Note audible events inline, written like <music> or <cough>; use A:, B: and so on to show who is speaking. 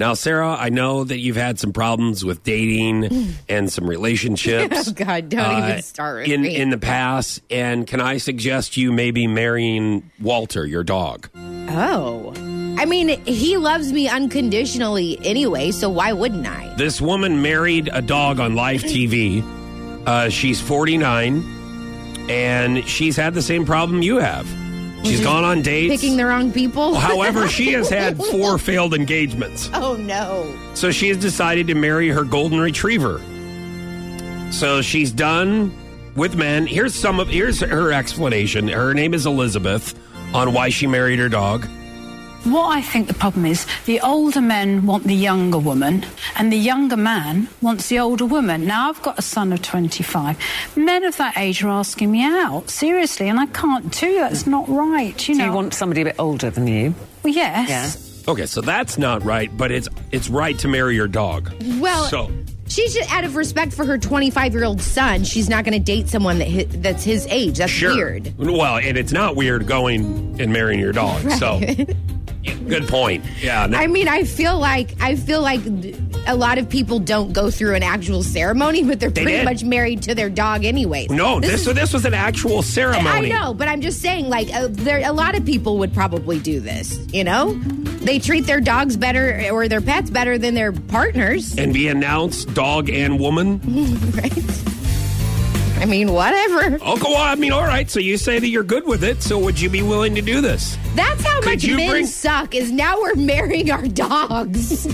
A: Now, Sarah, I know that you've had some problems with dating and some relationships.
B: Mm. <laughs> Oh, God, don't
A: uh,
B: even start with
A: in
B: me.
A: in the past. And can I suggest you maybe marrying Walter, your dog?
B: oh. I mean, he loves me unconditionally anyway, so why wouldn't I?
A: This woman married a dog on
B: <laughs>
A: live TV. Uh, she's 49, and she's had the same problem you have. She's gone on dates.
B: Picking the wrong people?
A: However, she has
B: <laughs>
A: had four failed engagements.
B: oh, no.
A: So she has decided to marry her golden retriever. So she's done with men. Here's some of here's her explanation. Her name is Elizabeth on why she married her dog.
C: What I think the problem is, the older men want the younger woman, and the younger man wants the older woman. Now, I've got a son of 25. Men of that age are asking me out, seriously, and I can't do that. It's not right, you
D: Do
C: know.
D: you want somebody a bit older than you?
C: Well, yes.
A: Okay, so that's not right, but it's it's right to marry your dog.
B: Well,
A: so
B: she should, out of respect for her 25 year old son, she's not going to date someone that hi, that's his age. That's
A: sure.
B: weird.
A: Well, and it's not weird going and marrying your dog. So yeah, good point. Yeah. no-
B: I mean, I feel like I feel like th- a lot of people don't go through an actual ceremony, but they're pretty
A: did.
B: much married to their dog anyway.
A: no, this this, was an actual ceremony.
B: I know, but I'm just saying, like, uh, there, a lot of people would probably do this. You know, they treat their dogs better or their pets better than their partners, <laughs>
A: And be announced dog and woman.
B: right? I mean, whatever.
A: Okay, Oh, well, I mean, all right. So you say that you're good with it. So would you be willing to do this?
B: That's how
A: Could
B: much
A: you
B: men
A: bring- <laughs>
B: suck. Is now we're marrying our dogs.